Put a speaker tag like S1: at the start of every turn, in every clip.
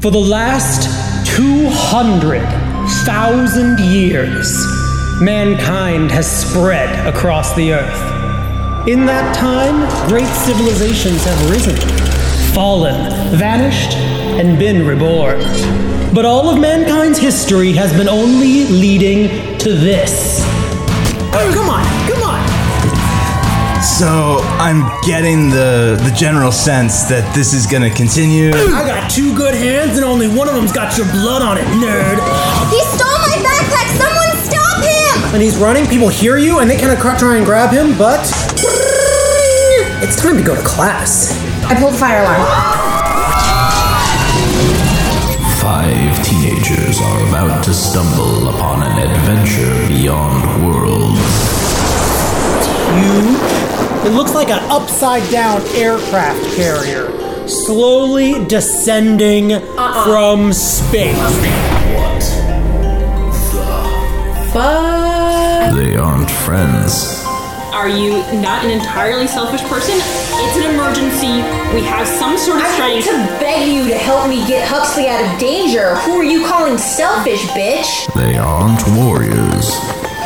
S1: For the last 200,000 years, mankind has spread across the earth. In that time, great civilizations have risen, fallen, vanished, and been reborn. But all of mankind's history has been only leading to this. Oh, come on, come on!
S2: So I'm getting the the general sense that this is gonna continue.
S1: I got two good hands and only one of them's got your blood on it, nerd.
S3: He stole my backpack! Someone stop him!
S1: And he's running, people hear you, and they kind of try and grab him, but. It's time to go to class.
S3: I pulled fire alarm.
S4: Five teenagers are about to stumble upon an adventure beyond worlds.
S1: You. It looks like an upside down aircraft carrier slowly descending from space.
S5: But
S4: They aren't friends.
S6: Are you not an entirely selfish person? It's an emergency. We have some sort of
S3: I need
S6: strategy.
S3: to beg you to help me get Huxley out of danger. Who are you calling selfish, bitch?
S4: They aren't warriors.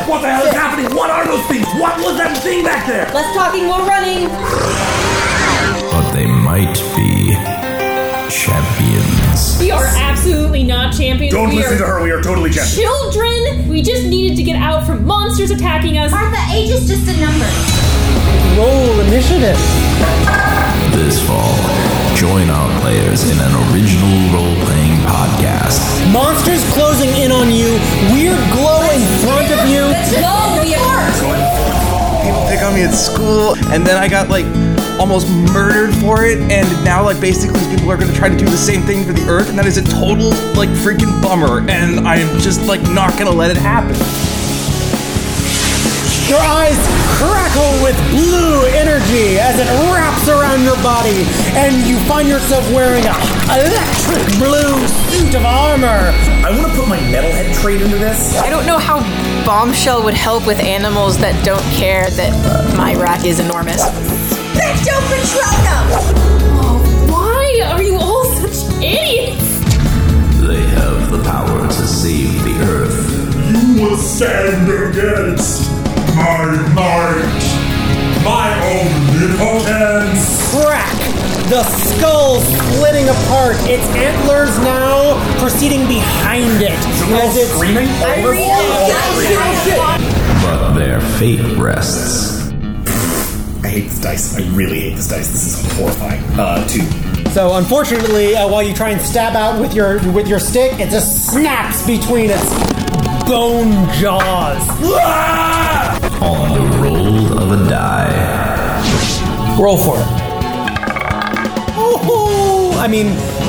S7: What the hell is happening? What are those things? What was that thing back there?
S3: Less talking, more running.
S4: But they might be champions.
S6: We are absolutely not champions.
S7: Don't
S6: we
S7: listen
S6: are
S7: to her. We are totally champions.
S6: children. We just needed to get out from monsters attacking us.
S3: Martha, age is just a number.
S1: Roll initiative.
S4: This fall, join our players in an original role playing podcast.
S1: Monsters closing in on you, weird glow in front of you.
S3: Go, we are.
S8: People pick on me at school, and then I got like almost murdered for it, and now like basically people are gonna try to do the same thing for the Earth, and that is a total like freaking bummer, and I'm just like not gonna let it happen.
S1: Your eyes crackle with blue energy as it wraps around your body, and you find yourself wearing a electric blue suit of armor.
S7: I want to put my metalhead trait into this.
S5: I don't know how Bombshell would help with animals that don't care that my rat is enormous.
S3: Spectro Patronum!
S6: Why are you all such idiots?
S4: They have the power to save the Earth.
S9: You will stand against my might, my omnipotence.
S1: Crack! The skull splitting apart, its antlers now proceeding behind it as it's
S7: Screaming?
S4: But their fate rests.
S7: I hate this dice. I really hate this dice. This is horrifying. Uh, two.
S1: So unfortunately, uh, while you try and stab out with your with your stick, it just snaps between its bone jaws.
S4: On the roll of a die.
S1: Roll for it. Oh, I mean,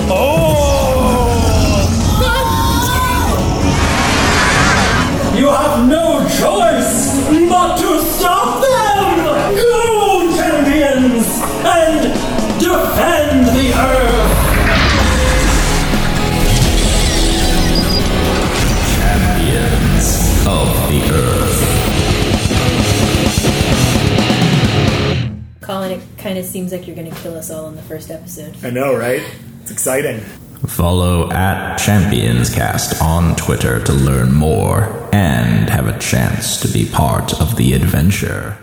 S1: oh!
S9: You have no choice but to stop them, you champions, and defend the earth.
S4: Champions of the Earth.
S10: Colin, it kind of seems like you're going to kill us all in the first episode.
S7: I know, right? It's exciting.
S4: Follow at ChampionsCast on Twitter to learn more and have a chance to be part of the adventure.